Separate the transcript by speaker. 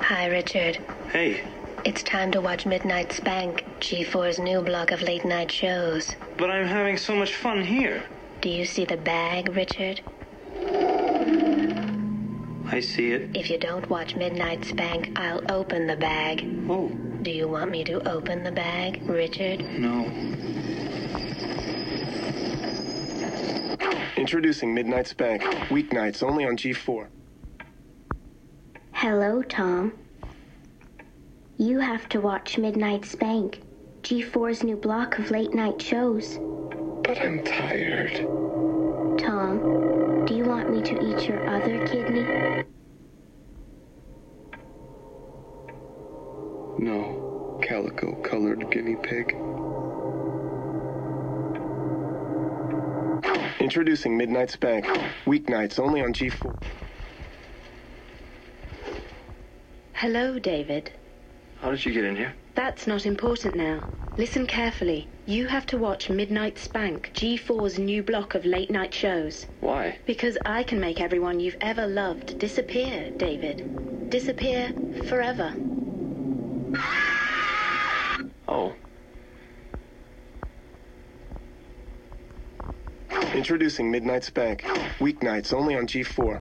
Speaker 1: Hi, Richard.
Speaker 2: Hey,
Speaker 1: It's time to watch Midnight Spank, G4's new block of late night shows.
Speaker 2: but I'm having so much fun here.
Speaker 1: Do you see the bag, Richard?
Speaker 2: I see it.
Speaker 1: If you don't watch Midnight Spank, I'll open the bag.
Speaker 2: Oh,
Speaker 1: Do you want me to open the bag, Richard?
Speaker 2: no.
Speaker 3: Introducing Midnight Spank, weeknights only on G4.
Speaker 4: Hello, Tom. You have to watch Midnight Spank, G4's new block of late night shows.
Speaker 3: But I'm tired.
Speaker 4: Tom, do you want me to eat your other kidney?
Speaker 3: No, calico colored guinea pig. Introducing Midnight Spank, weeknights only on G4.
Speaker 5: Hello, David.
Speaker 2: How did you get in here?
Speaker 5: That's not important now. Listen carefully. You have to watch Midnight Spank, G4's new block of late night shows.
Speaker 2: Why?
Speaker 5: Because I can make everyone you've ever loved disappear, David. Disappear forever.
Speaker 2: Oh,
Speaker 3: Introducing Midnight Spank, weeknights only on G4.